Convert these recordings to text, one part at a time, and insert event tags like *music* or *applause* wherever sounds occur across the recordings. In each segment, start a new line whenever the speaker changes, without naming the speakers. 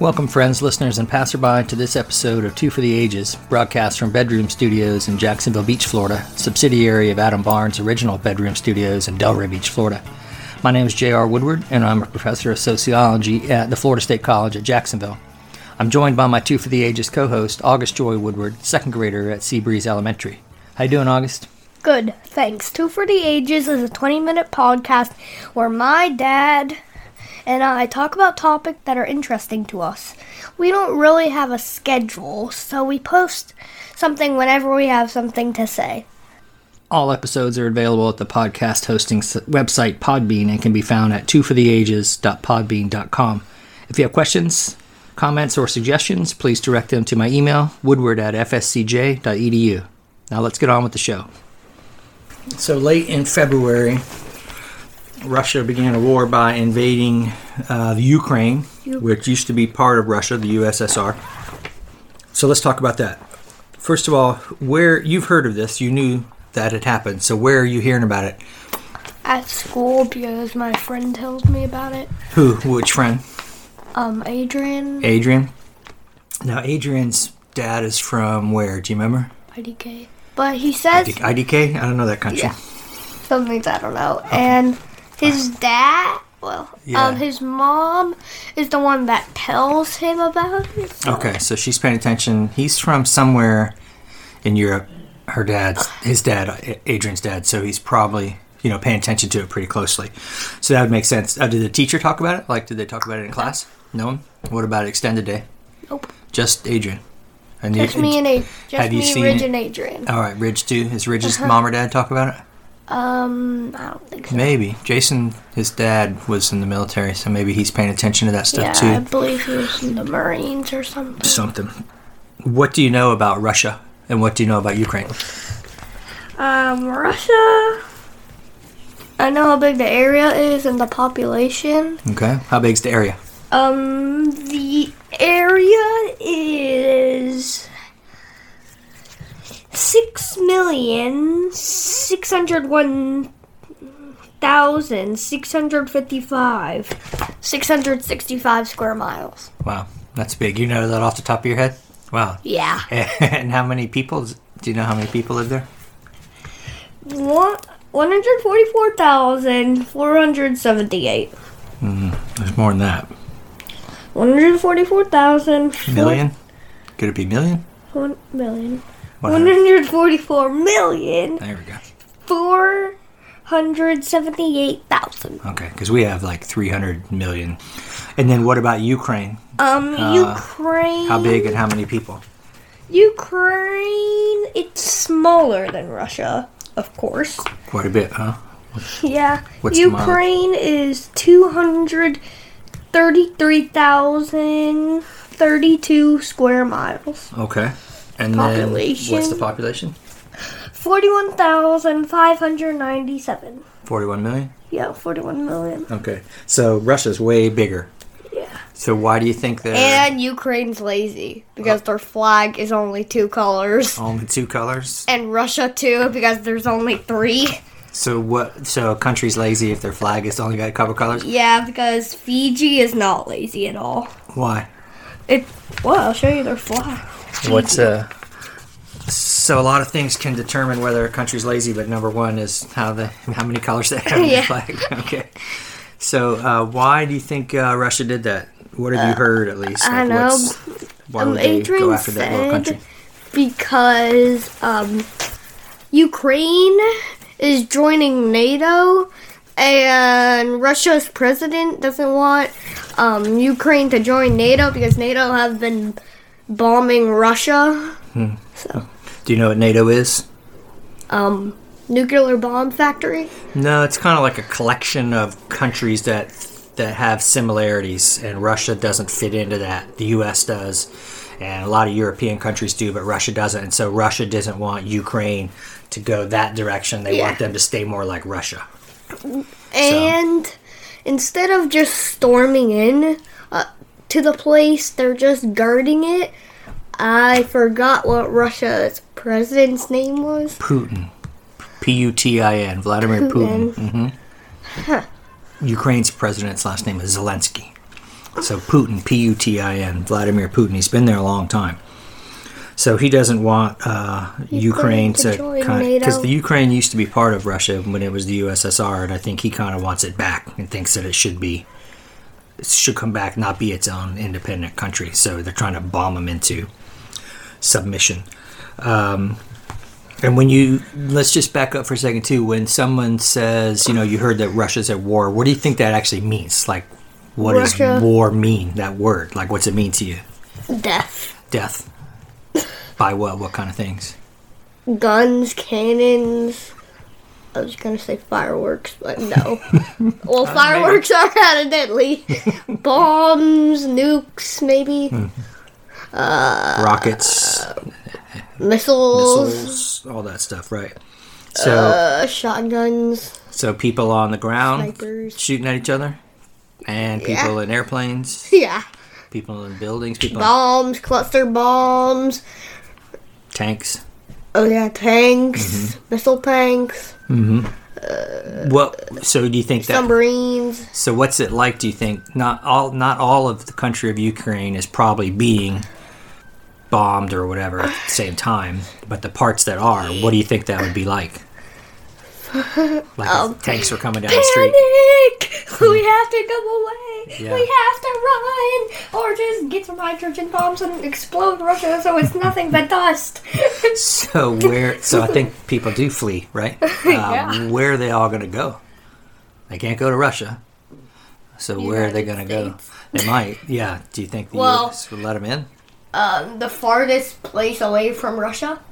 Welcome, friends, listeners, and passerby, to this episode of Two for the Ages, broadcast from Bedroom Studios in Jacksonville Beach, Florida, subsidiary of Adam Barnes' original Bedroom Studios in Delray Beach, Florida. My name is J.R. Woodward, and I'm a professor of sociology at the Florida State College at Jacksonville. I'm joined by my Two for the Ages co host, August Joy Woodward, second grader at Seabreeze Elementary. How you doing, August?
Good, thanks. Two for the Ages is a 20 minute podcast where my dad and I talk about topics that are interesting to us. We don't really have a schedule, so we post something whenever we have something to say.
All episodes are available at the podcast hosting s- website Podbean and can be found at twofortheages.podbean.com. If you have questions, comments, or suggestions, please direct them to my email, woodward at fscj.edu. Now let's get on with the show. So late in February, Russia began a war by invading uh, the Ukraine, which used to be part of Russia, the USSR. So let's talk about that. First of all, where you've heard of this, you knew that it happened. So where are you hearing about it?
At school, because my friend told me about it.
Who? Which friend?
Um, Adrian,
Adrian. Now Adrian's dad is from where? Do you remember?
IDK. But he says
IDK? I don't know that country.
Yeah. some things I don't know. And his dad, well,
Yeah.
um, his mom is the one that tells him about it. so-
Okay, so she's paying attention. He's from somewhere in Europe. Her dad's his dad, A- Adrian's dad. So he's probably you know paying attention to it pretty closely. So that would make sense. Uh, did the teacher talk about it? Like, did they talk about it in class? No one. What about extended day?
Nope.
Just Adrian. And
Just
you,
me and Adrian. Just
Have you
me,
seen
Ridge,
it?
and Adrian.
All right, Ridge too. Has Ridge's mom or dad talk about it?
Um, I don't think so.
Maybe Jason, his dad was in the military, so maybe he's paying attention to that
Yeah,
stuff
I
too.
believe he was in the Marines or something.
Something. What do you know about Russia and what do you know about Ukraine?
Um, Russia. I know how big the area is and the population.
Okay, how big's the area?
Um, the area is six million six hundred one thousand six hundred fifty-five, six hundred sixty-five square miles.
Wow, that's big. You know that off the top of your head? Wow. *laughs*
Yeah.
And how many people? Do you know how many people live there?
One hundred forty-four thousand four hundred seventy-eight.
There's more than that.
One hundred forty-four thousand
Million? Could it be million?
One million.
One
One
hundred.
hundred forty-four million
There we go.
four hundred seventy-eight thousand.
Okay, because we have like 300 million. And then what about Ukraine?
Um, Ukraine.
Uh, How big and how many people?
Ukraine. It's smaller than Russia, of course.
Quite a bit, huh?
Yeah.
What's the mile?
Ukraine is two hundred thirty-three thousand thirty-two square miles.
Okay. And then what's the population?
Population. Forty-one thousand five hundred ninety-seven.
41 million?
Yeah, forty-one million.
Okay. So Russia's way bigger.
Yeah.
So why do you think they're
And Ukraine's lazy because their flag is only two colors.
only two colors?
And Russia too because there's only three.
So what? So a country's lazy if their flag is only got a couple colors?
Yeah, because Fiji is not lazy at all.
Why?
It well, I'll show you their flag.
What's uh? So a lot of things can determine whether a country's lazy, but number one is how the how many colors they have in
Yeah.
the flag. *laughs* Okay. So uh, why do you think uh, Russia did that? What have you heard at least?
Uh, I know.
what's- Why
Um,
would they go
Adrian
after that little
said-
country?
Because um Ukraine is joining NATO and Russia's president doesn't want um Ukraine to join NATO because NATO have been bombing Russia. So
Do you know what NATO is?
um nuclear bomb factory.
No, it's kind of like a collection of countries that that have similarities, and Russia doesn't fit into that. The U.S. does, and a lot of European countries do, but Russia doesn't. And so Russia doesn't want Ukraine to go that direction. They want
Yeah.
them to stay more like Russia.
And instead of just storming in uh, to the place, they're just guarding it. I forgot what Russia's president's name was.
Putin, P U T I N, Vladimir Putin.
Putin. Mm-hmm.
hmm Ukraine's president's last name is Zelensky. So Putin, P U T I N, Vladimir Putin. He's been there a long time. So he doesn't want uh, Ukraine
Ukraine to
to
join
because
NATO.
the Ukraine used to be part of Russia when it was the USSR, and I think he kind of wants it back and thinks that it should be it should come back, not be its own independent country. So they're trying to bomb him into submission. Um, and when you let's just back up for a second too. When someone says, you know, you heard that Russia's at war, what do you think that actually means? Like, what
Russia-
does war mean? That word, like, what's it mean to you?
Death.
Death by what? What kind of things?
Guns, cannons. I was gonna say fireworks, but no. well, fireworks are kind of deadly. Bombs, nukes, maybe.
Hmm. Rockets,
Uh, Missiles,
missiles, all that stuff, right? So,
Uh, shotguns. *laughs*
so people on the ground
Snipers.
shooting at each other, and people in airplanes,
Yeah.
people in buildings, people in
Bombs, cluster bombs.
tanks.
Oh, yeah, tanks,
Mm-hmm.
missile tanks,
What? So do you think that?
submarines.
So what's it like? Do you think not all not all of the country of Ukraine is probably being bombed or whatever at the same time, but the parts that are, what do you think that would be
*laughs*
like? Like if
Um,
tanks were coming down the street. *laughs*
Panic! We have to go away.
Yeah.
We have to run, or just get some hydrogen bombs and explode Russia so it's nothing but dust. *laughs*
So where? So I think people do flee,
*laughs*
right? Uh,
Yeah.
Where are they all going to go? They can't go to Russia. So where are they going to
United
go? They might. Yeah. Do you think the
Well-
U.S. would let them in?
um, the farthest place away from Russia.
*laughs*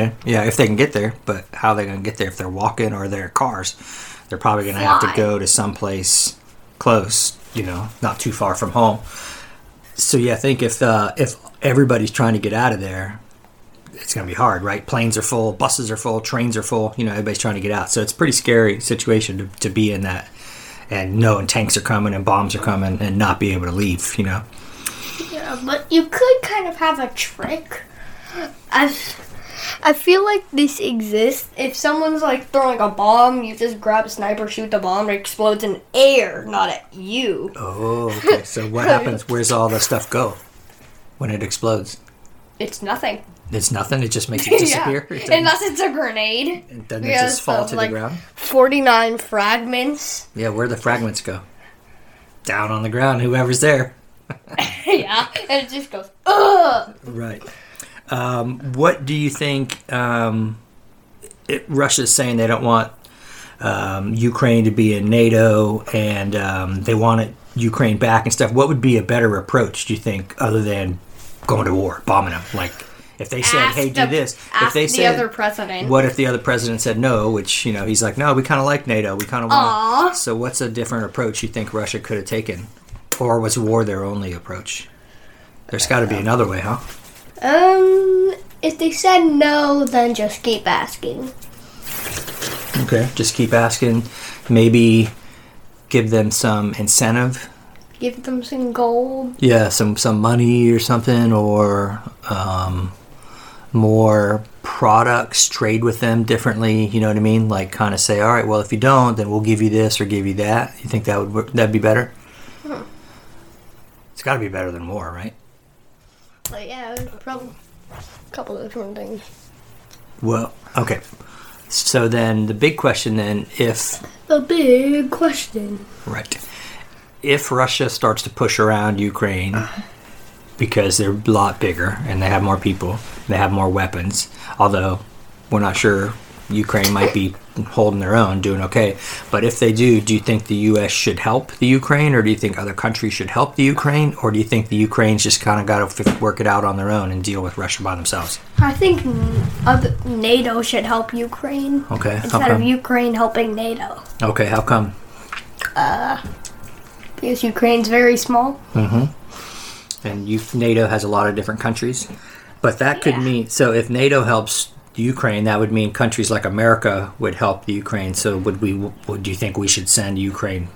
Yeah, yeah, if they can get there, but how are they going to get there if they're walking or their cars? They're probably going to have to
Fly.
go to someplace close, you know, not too far from home. So yeah, I think if uh, if everybody's trying to get out of there, it's going to be hard, right? Planes are full, buses are full, trains are full. You know, everybody's trying to get out, so it's a pretty scary situation to, to be in that, and knowing tanks are coming and bombs are coming, and not be able to leave. You know,
Yeah, Uh, but you could kind of have a trick. I, I feel like this exists. If someone's like throwing a bomb, you just grab a sniper, shoot the bomb, it explodes in air, not at you.
Oh, okay. So *laughs* what happens? Where's all the stuff go when it explodes?
It's nothing.
It's nothing. It just
*laughs*
makes it disappear. It doesn't,
Unless it's a grenade.
it doesn't
yeah,
just fall
so,
to
like-
the ground.
49 fragments. *laughs*
Yeah, where the fragments go? Down on the ground. Whoever's there.
yeah, and it just goes, ugh!
Right. Um, what do you think? Um, it, Russia's saying they don't want um, Ukraine to be in NATO, and um, they want it, Ukraine back and stuff. What would be a better approach? Do you think, other than going to war, bombing them? Like if they said, "Hey, do this," if they
the
said,
other president.
What if the other president said no, which, you know, he's like, no, we kind of like NATO. We kind of want
Aw.
to. So, what's a different approach you think Russia could have taken? Or was war their only approach? There's got to be another way, huh?
Um, if they said no, then just keep asking.
Okay. Just keep asking. Maybe give them some incentive.
Give them some gold.
Yeah, some, some money or something, or um, more products, trade with them differently. You know what I mean? Like, kind of say, all right, well, if you don't, then we'll give you this or give you that. You think that would work? That'd be better? It's got to be better than war, right?
But yeah, probably a couple of different things.
Well, okay. So then the big question then, if
The big question.
Right. If Russia starts to push around Ukraine because they're a lot bigger and they have more people, they have more weapons, although we're not sure Ukraine might be holding their own, doing okay. But if they do, do you think the U.S. should help the Ukraine or do you think other countries should help the Ukraine or do you think the Ukraine's just kind of got to work it out on their own and deal with Russia by themselves?
I think mm, other- NATO should help Ukraine
Okay. How
instead of
come?
Ukraine helping NATO
Okay, how come?
because Ukraine's very small.
and you, NATO has a lot of different countries. But that could mean so if NATO helps Ukraine, that would mean countries like America would help the Ukraine. So would we? Would do you think we should send Ukraine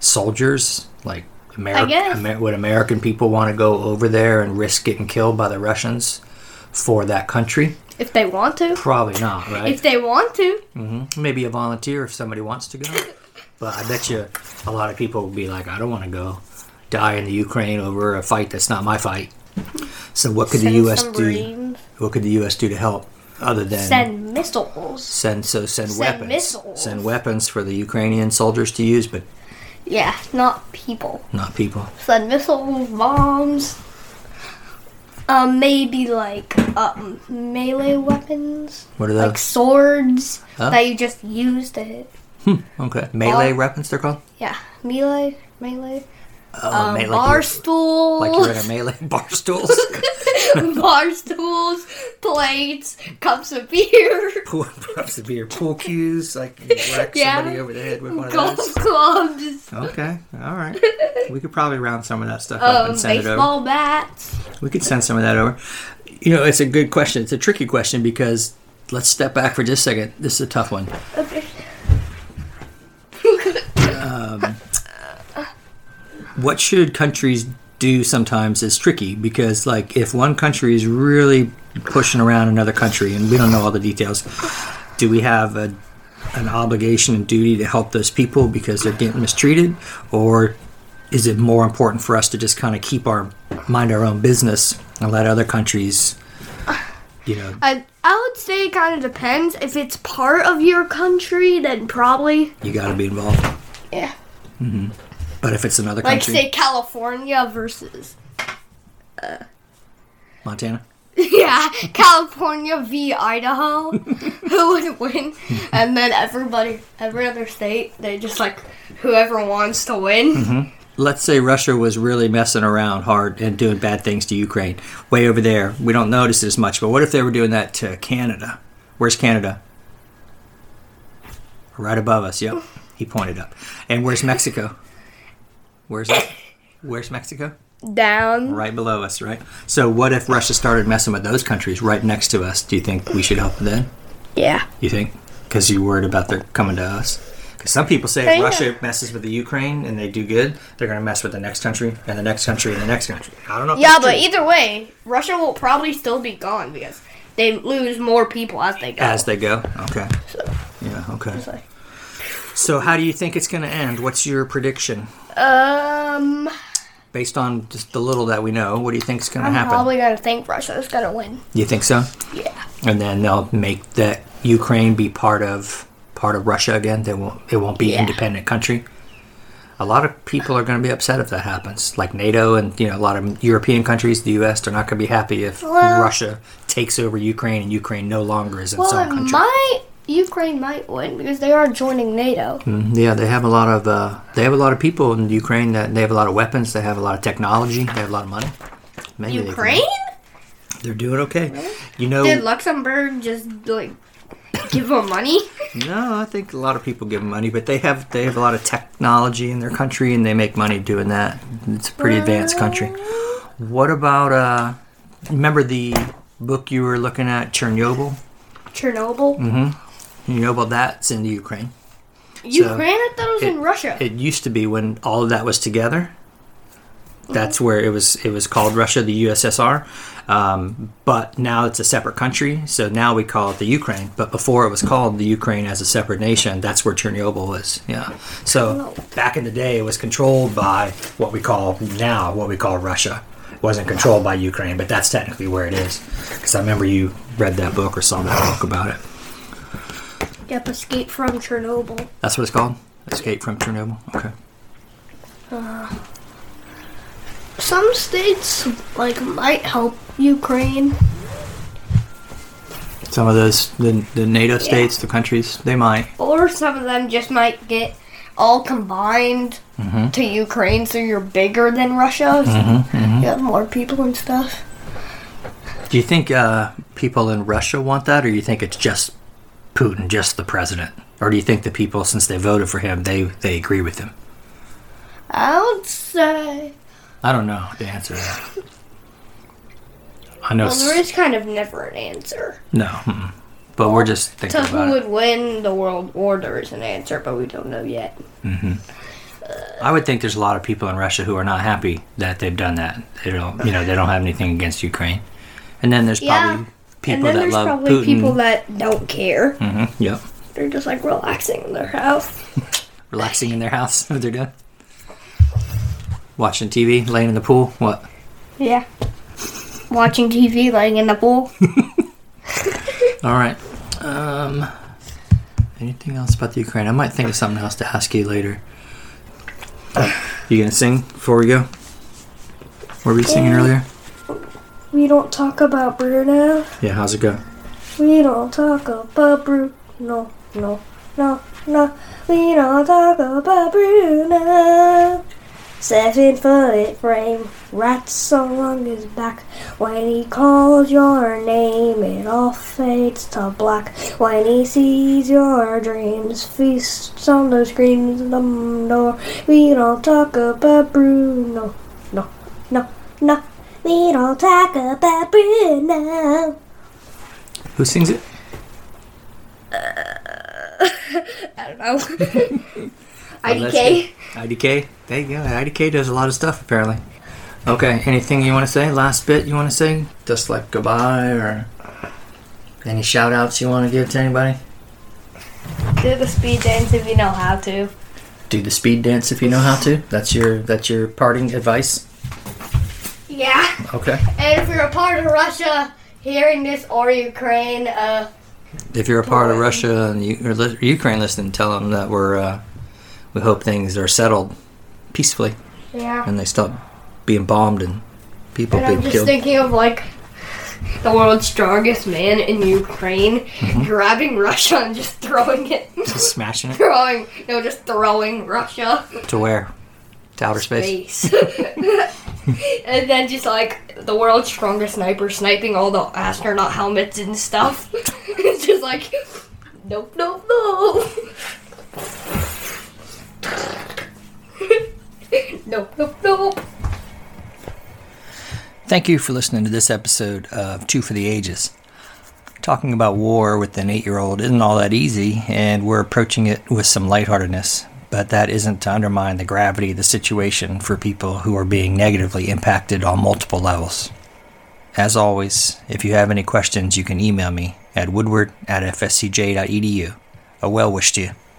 soldiers like? Ameri-
guess.
Amer- would American people want to go over there and risk getting killed by the Russians for that country?
If they want to,
Probably not, right?
if they want to,
Maybe a volunteer if somebody wants to go. But I bet you a lot of people would be like, I don't want to go. die in the Ukraine over a fight that's not my fight. So what could
Send
the U.S.
some
do?
Marines.
What could the U.S. do to help other than
Send missiles.
send so send, weapons,
missiles.
send weapons for the Ukrainian soldiers to use, but
Yeah, not people.
not people.
Send missiles, bombs. Um, maybe like um melee weapons,
What are
like
those?
swords
Huh?
that you just use to hit.
okay, melee
bar-
weapons they're called.
Yeah, melee, melee,
Oh,
um,
melee,
bar
like,
stools,
you're, like you're in a
*laughs*
melee bar stools.
bar stools, plates, cups of beer,
pool, perhaps it'd be your pool cues, like you whack
Yeah.
somebody over the head with *laughs* one of
golf
those.
clubs,
Okay, all
*laughs*
right. We could probably round some of that stuff up
um,
and send it over.
baseball bats.
We could send some of that over. You know, it's a good question. It's a tricky question because let's step back for just a second. This is a tough one.
Okay.
What should countries do sometimes is tricky because, like, if one country is really pushing around another country and we don't know all the details, do we have a an obligation and duty to help those people because they're getting mistreated, or is it more important for us to just kind of keep our mind our own business and let other countries, you know,
I I would say it kind of depends. If it's part of your country, then probably
you got to be involved.
yeah.
But if it's another
Like
country,
say California versus
Montana,
*laughs* yeah California v
*laughs*
Idaho, who would win? And then everybody, every other state, they just like whoever wants to win.
Mm-hmm. let's say Russia was really messing around hard and doing bad things to Ukraine, way over there. We don't notice it as much. But what if they were doing that to Canada? Where's Canada? Right above us. Yep, he pointed up. And where's Mexico? Where's that? Where's Mexico?
Down.
Right below us, right? So what if Russia started messing with those countries right next to us? Do you think we should help then?
Yeah.
You think? Because you're worried about their coming to us. Because some people say
Kinda.
if Russia messes with the Ukraine and they do good, they're going to mess with the next country and the next country and the next country. I don't know. If
Yeah,
that's
but
true.
either way, Russia will probably still be gone because they lose more people as they go.
as they go, okay. Yeah, okay. So how do you think it's going to end? What's your prediction
um,
based on just the little that we know? What do you think's going to
I'm
happen?
probably gonna think Russia's gonna win.
you think so?
Yeah.
And then they'll make that Ukraine be part of part of Russia again. They won't. It won't be
Yeah.
independent country. A lot of people are going to be upset if that happens. Like NATO and you know a lot of European countries, the U.S. They're not going to be happy if
Well-
Russia takes over Ukraine and Ukraine no longer is its
Well,
own
it
country.
might Ukraine might win because they are joining NATO.
Mm, yeah, they have a lot of uh, they have a lot of people in Ukraine that they have a lot of weapons. They have a lot of technology. They have a lot of money. Maybe Oh. they can-
Ukraine?
they're doing okay. You know,
Did Luxembourg just like give them
*laughs*
money?
No, I think a lot of people give money, but they have they have a lot of technology in their country, and they make money doing that. It's a pretty advanced country. What about uh? Remember the book you were looking at, Chernobyl?
Chernobyl.
Mm, You know about that? It's in the Ukraine.
Ukraine? I thought it was in Russia.
It used to be when all of that was together. That's where it was. It was called Russia, the USSR, um, but now it's a separate country. So now we call it the Ukraine. But before it was called the Ukraine as a separate nation. That's where Chernobyl was. Yeah. So
Chernobyl.
back in the day, it was controlled by what we call now what we call Russia. It wasn't controlled by Ukraine, but that's technically where it is. Because I remember you read that book or saw that book about it.
yep, escape from Chernobyl.
That's what it's called. Escape from Chernobyl. Okay.
Some states like might help Ukraine.
Some of those, the, the NATO states, the countries, they might.
Or some of them just might get all combined
Mm-hmm.
to Ukraine, so you're bigger than Russia. So
mm-hmm.
You have more people and stuff.
Do you think uh, people in Russia want that, or you think it's just Putin, just the president, or do you think the people, since they voted for him, they they agree with him?
I would say.
I don't know the answer to that. I know
Well,
it's-
there is kind of never an answer.
no, mm-mm. but we're just thinking
To
about
who
it.
would win the world war, there is an answer, but we don't know yet.
I would think there's a lot of people in Russia who are not happy that they've done that. They don't, you know, they don't have anything against Ukraine, and then there's probably
and
people
then
that
there's
love
probably
Putin.
people that don't care.
Mhm, Yep,
They're just like relaxing in their house.
*laughs* relaxing in their house. What they're doing. Watching TV, laying in the pool. What?
Yeah. Watching TV, laying in the pool.
All right. Um, anything else about the Ukraine? I might think of something else to ask you later. you gonna sing before we go? Were we singing earlier?
we don't talk about Bruno.
Yeah. How's it go?
We don't talk about Bruno. No, no, no, no. We don't talk about Bruno. Seven foot frame, rats so long his back. When he calls your name, it all fades to black. When he sees your dreams, feasts on those screams. Dum door. We don't talk about Bruno. No, no, no. We don't talk about Bruno.
Who sings it?
I don't know.
Well, that's good. IDK. There you go. IDK does a lot of stuff apparently. Okay. Anything you want to say? Last bit you want to say? Just like goodbye or any shout outs you want to give to anybody?
Do the speed dance if you know how to.
Do the speed dance if you know how to. That's your that's your parting advice.
Yeah.
Okay.
And if you're a part of Russia hearing this or Ukraine, uh,
If you're a part of Russia and you, or li- Ukraine listening, tell them that we're uh, we hope things are settled peacefully
yeah.
and they stop being bombed and people
And I'm
being
just
killed.
thinking of like the world's strongest man in Ukraine grabbing Russia and just throwing it. *laughs*
Just smashing it
throwing, no, just throwing Russia.
to where? To outer space.
Face. *laughs* and then just like the world's strongest sniper sniping all the astronaut helmets and stuff. *laughs* it's just like, nope, nope, *laughs* no. nope, nope, nope.
Thank you for listening to this episode of Two for the Ages. Talking about war with an eight year old isn't all that easy, and we're approaching it with some lightheartedness, but that isn't to undermine the gravity of the situation for people who are being negatively impacted on multiple levels. As always, if you have any questions, you can email me at woodward at fscj.edu. E A well wish to you.